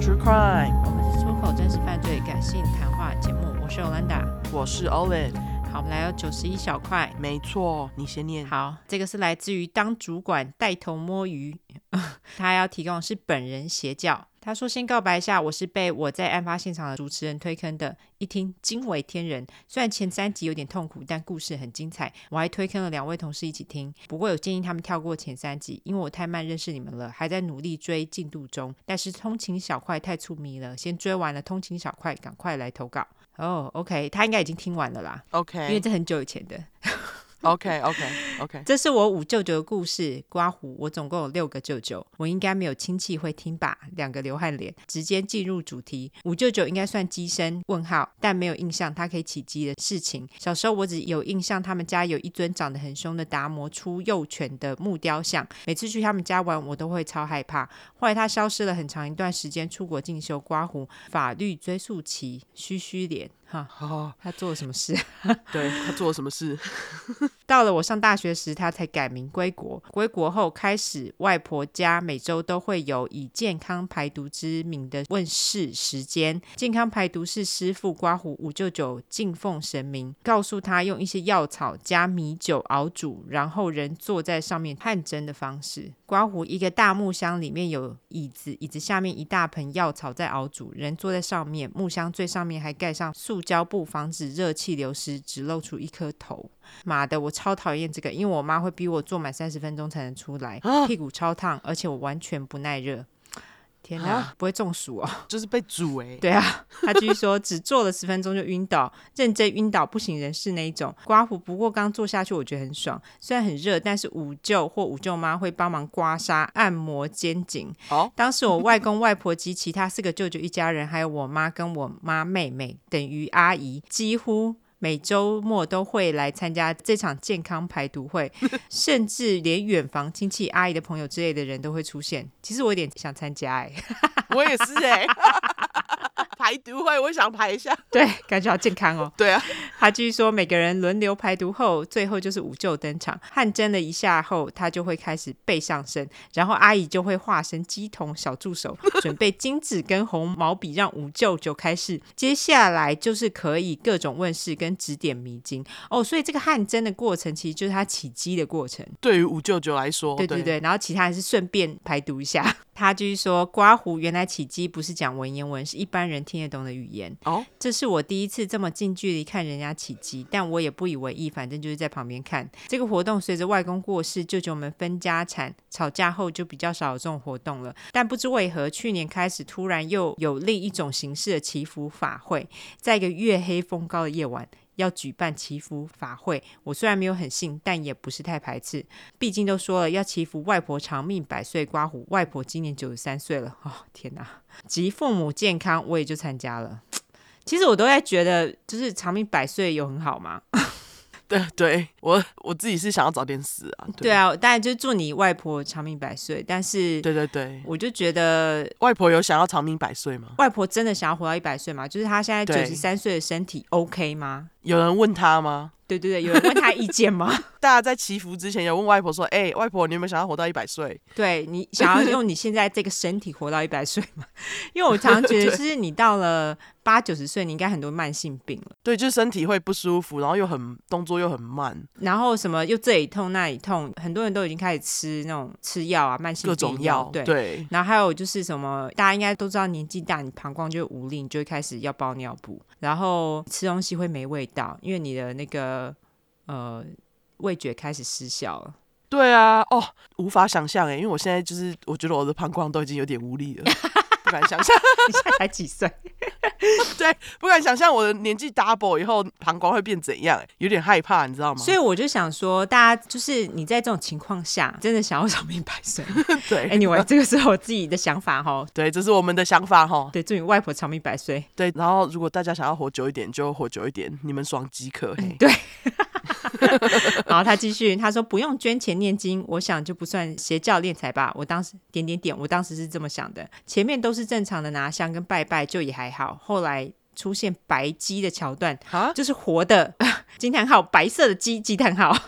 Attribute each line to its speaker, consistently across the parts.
Speaker 1: True Crime，
Speaker 2: 我们是出口真实犯罪感性谈话节目，我是 Olanda。
Speaker 1: 我是 Olive。
Speaker 2: 好，我们来到九十一小块。
Speaker 1: 没错，你先念。
Speaker 2: 好，这个是来自于当主管带头摸鱼， 他要提供的是本人邪教。他说：“先告白一下，我是被我在案发现场的主持人推坑的，一听惊为天人。虽然前三集有点痛苦，但故事很精彩。我还推坑了两位同事一起听，不过有建议他们跳过前三集，因为我太慢认识你们了，还在努力追进度中。但是通勤小块太促迷了，先追完了通勤小块，赶快来投稿。”哦、o k 他应该已经听完了啦，因为
Speaker 1: OK
Speaker 2: 这很久以前的。
Speaker 1: OK OK OK，
Speaker 2: 这是我五舅舅的故事。刮胡，我总共有六个舅舅，我应该没有亲戚会听吧？两个流汗脸，直接进入主题。五舅舅应该算鸡生？问号，但没有印象他可以起鸡的事情。小时候我只有印象，他们家有一尊长得很凶的达摩出幼犬的木雕像，每次去他们家玩，我都会超害怕。后来他消失了很长一段时间，出国进修。刮胡，法律追溯期，虚虚脸。哈，
Speaker 1: 哦，
Speaker 2: 他做了什么事？
Speaker 1: 对他做了什么事？
Speaker 2: 到了我上大学时，他才改名归国。归国后开始，外婆家每周都会有以健康排毒之名的问世时间。健康排毒是师傅刮胡五舅舅敬奉神明，告诉他用一些药草加米酒熬煮，然后人坐在上面汗蒸的方式。刮胡一个大木箱里面有椅子，椅子下面一大盆药草在熬煮，人坐在上面，木箱最上面还盖上塑胶布，防止热气流失，只露出一颗头。妈的，我超讨厌这个，因为我妈会逼我坐满三十分钟才能出来，屁股超烫，而且我完全不耐热。天哪
Speaker 1: 啊，
Speaker 2: 不会中暑哦！
Speaker 1: 就是被煮哎、
Speaker 2: 对啊，他继续说，只坐了十分钟就晕倒，认真晕倒不省人事那一种。刮胡不过刚坐下去，我觉得很爽，虽然很热，但是五舅或五舅妈会帮忙刮痧、按摩肩颈。
Speaker 1: 哦，
Speaker 2: 当时我外公、外婆及其他四个舅舅一家人，还有我妈跟我妈妹妹，等于阿姨，几乎。每周末都会来参加这场健康排毒会，甚至连远房亲戚、阿姨的朋友之类的人都会出现。其实我有点想参加、哎，
Speaker 1: 我也是哎、 排毒会，我想排一下。
Speaker 2: 对，感觉好健康哦。
Speaker 1: 对啊，
Speaker 2: 他继续说，每个人轮流排毒后，最后就是五舅登场。汗蒸了一下后，他就会开始背上身，然后阿姨就会化身鸡童小助手，准备金纸跟红毛笔，让五舅舅开始。接下来就是可以各种问世跟指点迷津哦。所以这个汗蒸的过程，其实就是他起鸡的过程。
Speaker 1: 对于五舅舅来说，
Speaker 2: 对
Speaker 1: 哦对
Speaker 2: 对对，然后其他人是顺便排毒一下。他继续说，刮胡原来起鸡不是讲文言文，是一般人听得懂的语言。
Speaker 1: 哦，
Speaker 2: 这是我第一次这么近距离看人家起鸡，但我也不以为意，反正就是在旁边看。这个活动随着外公过世，舅舅们分家产，吵架后就比较少有这种活动了。但不知为何，去年开始突然又有另一种形式的祈福法会，在一个月黑风高的夜晚。要举办祈福法会，我虽然没有很信，但也不是太排斥。毕竟都说了要祈福外婆长命百岁，刮胡外婆今年九十三岁了，哦天哪！及父母健康，我也就参加了。其实我都在觉得，就是长命百岁有很好吗？
Speaker 1: 对对，我我自己是想要早点死啊。
Speaker 2: 对啊，当然就祝你外婆长命百岁。但是，
Speaker 1: 对对对，
Speaker 2: 我就觉得
Speaker 1: 外婆有想要长命百岁吗？
Speaker 2: 外婆真的想要活到一百岁吗？就是她现在
Speaker 1: 对
Speaker 2: 九十三岁的身体 OK 吗？
Speaker 1: 有人问她吗？
Speaker 2: 对对对，有人问她意见吗？
Speaker 1: 大家在祈福之前有问外婆说：“哎、外婆，你有没有想要活到一百岁
Speaker 2: 对你想要用你现在这个身体活到一百岁 吗？因为我常常觉得，就是你到了八九十岁，你应该很多慢性病了，？”
Speaker 1: 对，就是身体会不舒服，然后又很动作又很慢，
Speaker 2: 然后什么又这里痛那里痛，很多人都已经开始吃那种吃药啊，慢性
Speaker 1: 各
Speaker 2: 病
Speaker 1: 种药，
Speaker 2: 对。
Speaker 1: 对
Speaker 2: 然后还有就是什么，大家应该都知道，年纪大你膀胱就会无力，你就会开始要包尿布，然后吃东西会没味道，因为你的那个呃味觉开始失效了。
Speaker 1: 对啊，哦，无法想象哎，因为我现在就是我觉得我的膀胱都已经有点无力了，不敢想象，
Speaker 2: 你现在才几岁？
Speaker 1: 不敢想象我的年纪 double 以后膀胱会变怎样欸，有点害怕，你知道吗？
Speaker 2: 所以我就想说，大家就是你在这种情况下，真的想要长命百岁。
Speaker 1: 对
Speaker 2: anyway，这个是我自己的想法哈。
Speaker 1: 对，这是我们的想法哈。
Speaker 2: 对，祝你外婆长命百岁。
Speaker 1: 对，然后如果大家想要活久一点，就活久一点，你们爽即可。嘿
Speaker 2: 对。然后他继续，他说不用捐钱念经，我想就不算邪教敛财吧。我当时点点点，我当时是这么想的。前面都是正常的拿香跟拜拜，就也还好。后来出现白鸡的桥段，
Speaker 1: 啊，
Speaker 2: 就是活的惊叹号，白色的鸡惊叹号。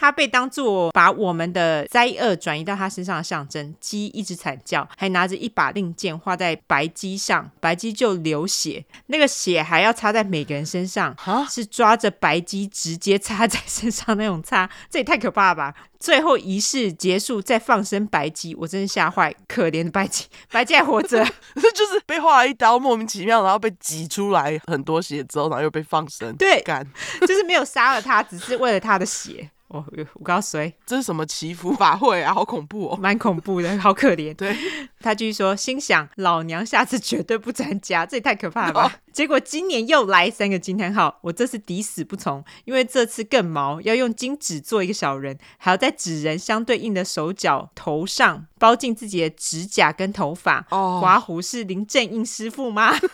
Speaker 2: 它被当做把我们的灾厄转移到它身上的象征。鸡一直惨叫，还拿着一把令箭画在白鸡上，白鸡就流血，那个血还要擦在每个人身上，
Speaker 1: 啊，
Speaker 2: 是抓着白鸡直接插在身上那种插，这也太可怕了吧！最后仪式结束再放生白鸡，我真是吓坏，可怜的白鸡， 白鸡还活着，
Speaker 1: 这 就是被划了一刀，莫名其妙，然后被挤出来很多血之后，然后又被放生。
Speaker 2: 对
Speaker 1: 干，
Speaker 2: 就是没有杀了它，只是为了它的血。哦我我告诉谁，
Speaker 1: 这是什么祈福法会啊？好恐怖哦！
Speaker 2: 蛮恐怖的，好可怜。
Speaker 1: 对，
Speaker 2: 他继续说，心想老娘下次绝对不参加，这也太可怕了吧！结果今年又来三个惊叹号，我这次抵死不从，因为这次更毛，要用金纸做一个小人，还要在纸人相对应的手脚、头上包进自己的指甲跟头发。
Speaker 1: 哦
Speaker 2: 刮胡是林正英师傅吗？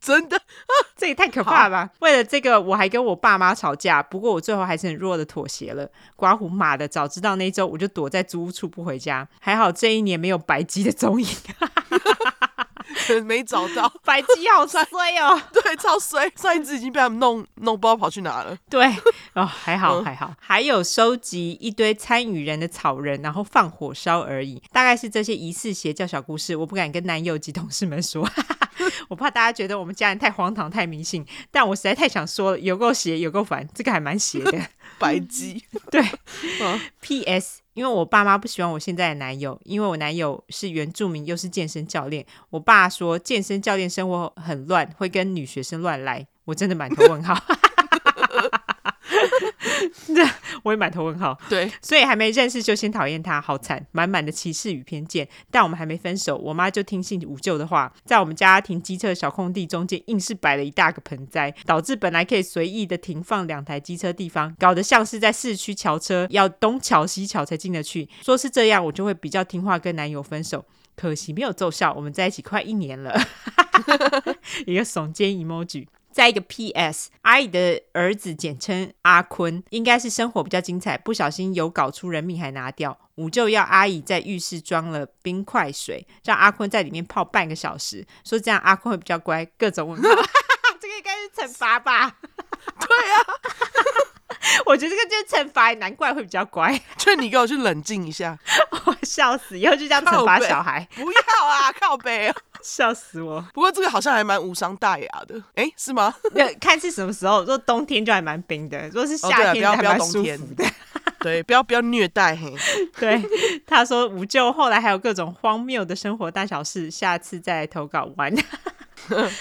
Speaker 1: 真的
Speaker 2: 这也太可怕了吧！为了这个，我还跟我爸妈吵架，不过我最后还是很弱的妥协了。刮胡妈的，早知道那一周我就躲在租屋处不回家，还好这一年没有白鸡的踪影。
Speaker 1: 没找到，
Speaker 2: 白鸡好衰哦。
Speaker 1: 对，超衰，上一只已经被他们弄弄不知道跑去哪了。
Speaker 2: 对，哦，还好
Speaker 1: 嗯
Speaker 2: 还好，还有收集一堆参与人的草人，然后放火烧而已。大概是这些疑似邪教小故事，我不敢跟男友及同事们说， 我怕大家觉得我们家人太荒唐、太迷信。但我实在太想说了，有够邪，有够烦，这个还蛮邪的。
Speaker 1: 白鸡，
Speaker 2: 对
Speaker 1: 嗯
Speaker 2: ，P.S. 因为我爸妈不喜欢我现在的男友，因为我男友是原住民又是健身教练。我爸说健身教练生活很乱，会跟女学生乱来。我真的满头问号， 对，我也满头问号。
Speaker 1: 对，
Speaker 2: 所以还没认识就先讨厌他，好惨，满满的歧视与偏见。但我们还没分手，我妈就听信五舅的话，在我们家停机车的小空地中间，硬是摆了一大个盆栽，导致本来可以随意的停放两台机车地方，搞得像是在市区桥车，要东桥西桥才进得去。说是这样，我就会比较听话，跟男友分手。可惜没有奏效，我们在一起快一年了。 一个耸肩 emoji。再一个 P.S. 阿姨的儿子简称阿坤，应该是生活比较精彩，不小心有搞出人命还拿掉。五舅要阿姨在浴室装了冰块水，让阿坤在里面泡半个小时，说这样阿坤会比较乖。各种 问号，这个应该是惩罚吧？
Speaker 1: 啊
Speaker 2: 对啊，我觉得这个就是惩罚，难怪会比较乖。
Speaker 1: 劝你给我去冷静一下，
Speaker 2: 我笑死，以后就这样惩罚
Speaker 1: 靠北
Speaker 2: 小孩，
Speaker 1: 不要啊，靠背、啊。
Speaker 2: 笑死我。
Speaker 1: 不过这个好像还蛮无伤大雅的，诶，是吗？
Speaker 2: 那看是什么时候，如果冬天就还蛮冰的，如果是
Speaker 1: 哦对
Speaker 2: 夏
Speaker 1: 啊
Speaker 2: 天就还
Speaker 1: 不要
Speaker 2: 蛮
Speaker 1: 不要
Speaker 2: 舒
Speaker 1: 冬天
Speaker 2: 服的。
Speaker 1: 对，不要不要虐待嘿。
Speaker 2: 对，他说无救，后来还有各种荒谬的生活大小事，下次再来投稿 玩。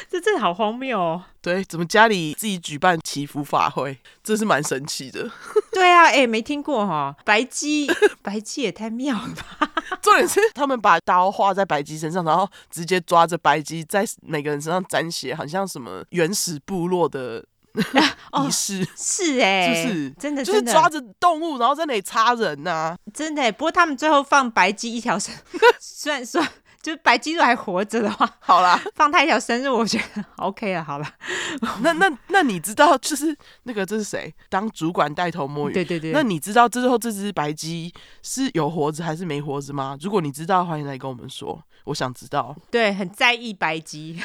Speaker 2: 这真的好荒谬哦！
Speaker 1: 对，怎么家里自己举办祈福法会，这是蛮神奇的。
Speaker 2: 对啊，哎、没听过哈、哦，白鸡，白鸡也太妙了吧！
Speaker 1: 重点是他们把刀画在白鸡身上，然后直接抓着白鸡在每个人身上沾血，好像什么原始部落的 仪式，
Speaker 2: 啊哦是哎、
Speaker 1: 是不是？
Speaker 2: 真的，
Speaker 1: 就是
Speaker 2: 真的
Speaker 1: 抓着动物，然后在那里插人啊呐、
Speaker 2: 真的欸。不过他们最后放白鸡一条生， 虽然说就是白鸡如果还活着的话，
Speaker 1: 好啦，
Speaker 2: 放它一条生日，我觉得 OK 了，好了。
Speaker 1: 那那那你知道就是那个这是谁？当主管带头摸鱼。
Speaker 2: 对对对，
Speaker 1: 哦那你知道最后这只白鸡是有活着还是没活着吗？如果你知道，欢迎来跟我们说，我想知道。
Speaker 2: 对很在意白鸡，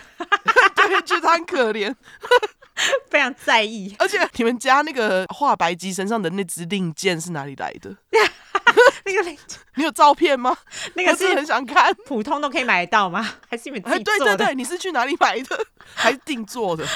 Speaker 1: 对，觉得它很可怜。
Speaker 2: 非常在意，
Speaker 1: 而且你们家那个画白鸡身上的那只令箭是哪里来的？
Speaker 2: 那个
Speaker 1: 你有照片吗？
Speaker 2: 那个
Speaker 1: 我真的
Speaker 2: 是
Speaker 1: 很想看。
Speaker 2: 普通都可以买得到吗？还是你们自
Speaker 1: 哎，
Speaker 2: 己
Speaker 1: 对
Speaker 2: 做
Speaker 1: 对
Speaker 2: 的？
Speaker 1: 对，你是去哪里买 的？还是定做的？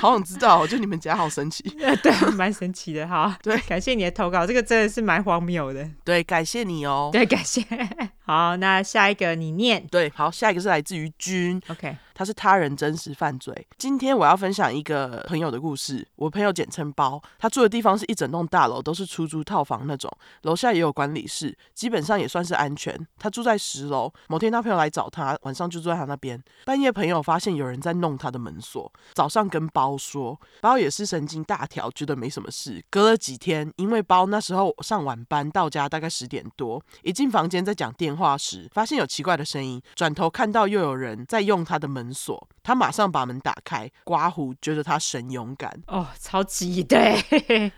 Speaker 1: 好想知道哦，就你们家好神 奇。
Speaker 2: 呃，对，蛮神奇的哈。
Speaker 1: 对
Speaker 2: 感谢你的投稿，这个真的是蛮荒谬的。
Speaker 1: 对，感谢你哦。
Speaker 2: 对，感谢。 好，那下一个你念。
Speaker 1: 对，好，下一个是来自于君，
Speaker 2: OK，
Speaker 1: 他是他人真实犯罪。今天我要分享一个朋友的故事。我朋友简称包，他住的地方是一整栋大楼，都是出租套房那种，楼下也有管理室，基本上也算是安全。他住在十楼。某天他朋友来找他，晚上就住在他那边。半夜朋友发现有人在弄他的门锁，早上跟包说，包也是神经大条，觉得没什么事。隔了几天，因为包那时候上晚班到家大概十点多，一进房间在讲电话时，发现有奇怪的声音，转头看到又有人在用他的门锁，他马上把门打开，刮胡，觉得他神勇敢。
Speaker 2: 哦，超级对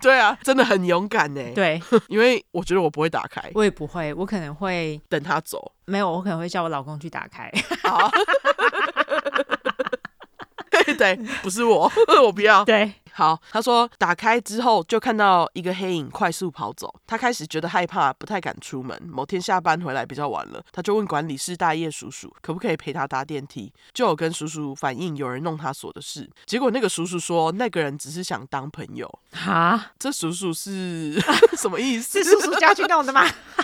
Speaker 1: 对啊，真的很勇敢呢。
Speaker 2: 对，
Speaker 1: 因为啊我觉得我不会打开，
Speaker 2: 我也不会，我可能会
Speaker 1: 等他走。
Speaker 2: 没有，我可能会叫我老公去打开。
Speaker 1: 对，不是我，我不要。
Speaker 2: 对，
Speaker 1: 好，他说打开之后就看到一个黑影快速跑走，他开始觉得害怕，不太敢出门。某天下班回来比较晚了，他就问管理室大叶叔叔可不可以陪他搭电梯，就有跟叔叔反映有人弄他锁的事。结果那个叔叔说那个人只是想当朋友，
Speaker 2: 哈，
Speaker 1: 这叔叔 是什么意思
Speaker 2: 是？叔叔家去弄的吗？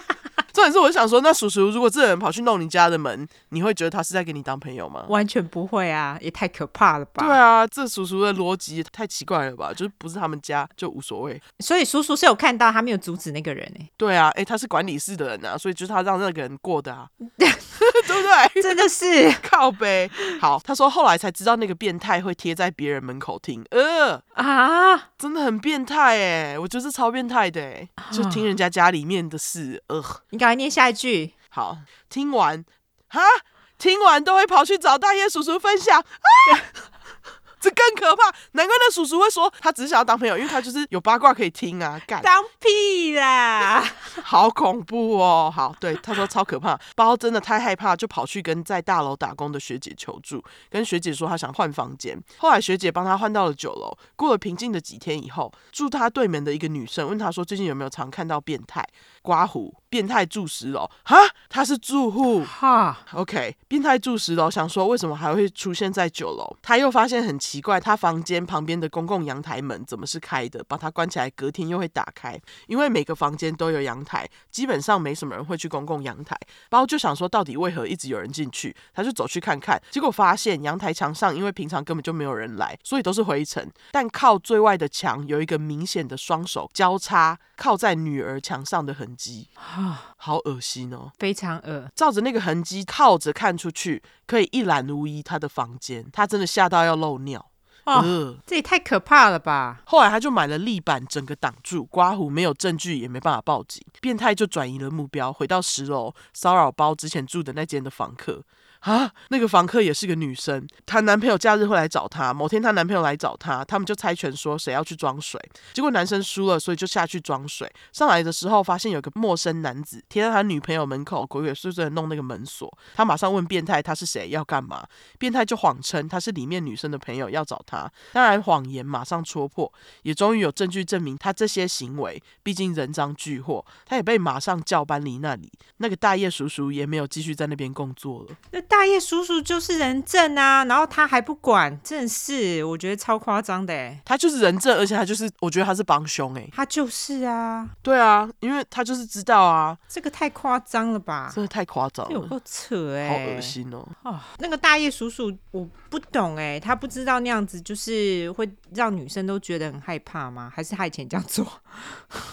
Speaker 1: 重点是我想说，那叔叔如果这个人跑去弄你家的门，你会觉得他是在跟你当朋友吗？
Speaker 2: 完全不会啊，也太可怕了吧？
Speaker 1: 对啊，这叔叔的逻辑也太奇怪了吧？就是不是他们家就无所谓。
Speaker 2: 所以叔叔是有看到，他没有阻止那个人哎、
Speaker 1: 对啊，诶，他是管理室的人啊，所以就是他让那个人过的啊，对不对？
Speaker 2: 真的是
Speaker 1: 靠呗。好，他说后来才知道那个变态会贴在别人门口听，呃，
Speaker 2: 啊，
Speaker 1: 真的很变态哎，我觉得是超变态的哎，就听人家家里面的事，呃，
Speaker 2: 你赶快念下一句，
Speaker 1: 好，听完哈，听完都会跑去找大爷叔叔分享啊， 这更可怕。难怪那叔叔会说他只是想要当朋友，因为他就是有八卦可以听啊，干。
Speaker 2: 当屁啦！
Speaker 1: 好恐怖哦！好，对，他说超可怕，包真的太害怕，就跑去跟在大楼打工的学姐求助，跟学姐说他想换房间。后来学姐帮他换到了九楼。过了平静的几天以后，住他对面的一个女生问他说，最近有没有常看到变态刮胡？变态住十楼？哈，他是住户。
Speaker 2: 哈，
Speaker 1: OK，变态住十楼，想说为什么还会出现在九楼？他又发现很奇怪，他房间旁边的公共阳台门怎么是开的？把它关起来，隔天又会打开，因为每个房间都有阳台，基本上没什么人会去公共阳台。包就想说，到底为何一直有人进去？他就走去看看，结果发现阳台墙上，因为平常根本就没有人来，所以都是灰尘，但靠最外的墙有一个明显的双手交叉靠在女儿墙上的痕迹，好恶心哦。
Speaker 2: 非常恶，
Speaker 1: 照着那个痕迹靠着看出去，可以一览无遗他的房间。他真的吓到要漏尿。
Speaker 2: 哦
Speaker 1: 呃
Speaker 2: 这也太可怕了吧？
Speaker 1: 后来他就买了立板，整个挡住刮胡，没有证据也没办法报警。变态就转移了目标，回到十楼骚扰包之前住的那间的房客。啊，那个房客也是个女生，她男朋友假日会来找她。某天她男朋友来找她，他们就猜拳说谁要去装水，结果男生输了，所以就下去装水。上来的时候发现有个陌生男子贴在他女朋友门口，鬼鬼祟祟的弄那个门锁。他马上问变态他是谁，要干嘛？变态就谎称他是里面女生的朋友，要找她。当然谎言马上戳破，也终于有证据证明他这些行为，毕竟人赃俱获。他也被马上叫搬离那里。那个大叶叔叔也没有继续在那边工作了。
Speaker 2: 那大叶叔叔就是人证啊，然后他还不管，真是我觉得超夸张的哎，
Speaker 1: 他就是人证，而且他就是，我觉得他是帮凶诶、
Speaker 2: 他就是啊，
Speaker 1: 对啊，因为他就是知道啊，
Speaker 2: 这个太夸张了吧？
Speaker 1: 真的太夸张
Speaker 2: 这有
Speaker 1: 了，
Speaker 2: 够扯啊哎、
Speaker 1: 好恶心哦。
Speaker 2: 哦，那个大叶叔叔，我不懂哎、他不知道那样子就是会让女生都觉得很害怕吗？还是他以前这样做？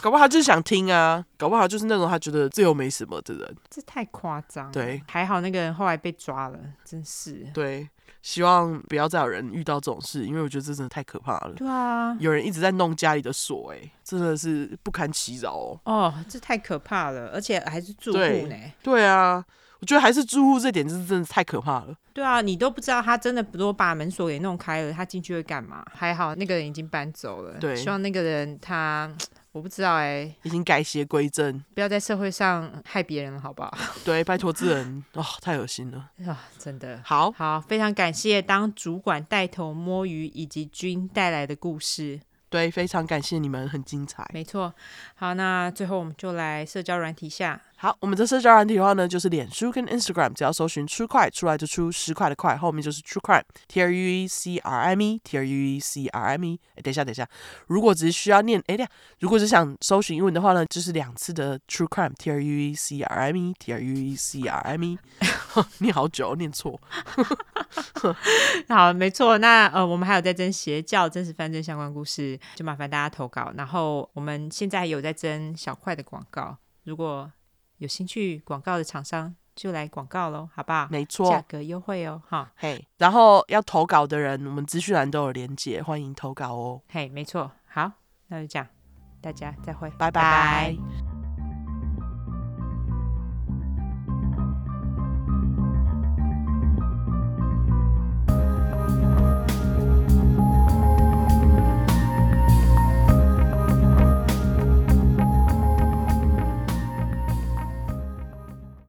Speaker 1: 搞不好他就是想听啊，搞不好就是那种他觉得这又没什么的人。
Speaker 2: 这太夸张。
Speaker 1: 对，
Speaker 2: 还好那个人后来被抓了，真是。
Speaker 1: 对，希望不要再有人遇到这种事，因为我觉得这真的太可怕了。
Speaker 2: 对啊，
Speaker 1: 有人一直在弄家里的锁，哎，真的是不堪其扰哦。
Speaker 2: 哦，这太可怕了，而且还是住户
Speaker 1: 对
Speaker 2: 呢。
Speaker 1: 对啊，我觉得还是住户这点是真的太可怕了。
Speaker 2: 对啊，你都不知道他真的如果把门锁给弄开了，他进去会干嘛？还好那个人已经搬走了。
Speaker 1: 对
Speaker 2: 希望那个人他。我不知道哎、
Speaker 1: 已经改邪归正，
Speaker 2: 不要在社会上害别人了，好不好？ 啊、
Speaker 1: 对，拜托这人哦，太恶心了。
Speaker 2: 真的。
Speaker 1: 好，
Speaker 2: 好，非常感谢当主管带头摸鱼以及君带来的故事。
Speaker 1: 对，非常感谢你们，很精彩。
Speaker 2: 没错，好，那最后我们就来社交软体下。
Speaker 1: 好，我们这社交软体的话呢，就是脸书跟 Instagram，只要搜寻“出块”，出来就出十块的块，后面就是 “True Crime”，T R U E C R I M E，T R U E C R I M E。哎，等一下，等一下，如果只是需要念，哎，等一下，如果只想搜寻英文的话呢，就是两次的 “True Crime”，T R U E C R I M E，T R U E C R I M E。念好久，哦念错。
Speaker 2: 好，没错，那呃，我们还有在征邪教、真实犯罪相关故事，就麻烦大家投稿。然后我们现在有在征小块的广告，如果有兴趣广告的厂商就来广告喽，好不好？
Speaker 1: 没
Speaker 2: 价
Speaker 1: 错，
Speaker 2: 格优惠哦，哈，
Speaker 1: 嘿。然后要投稿的人，我们资讯栏都有连结，欢迎投稿哦。
Speaker 2: 嘿，没错，好，那就这样，大家再会，
Speaker 1: 拜
Speaker 2: 拜
Speaker 1: 拜。
Speaker 2: 拜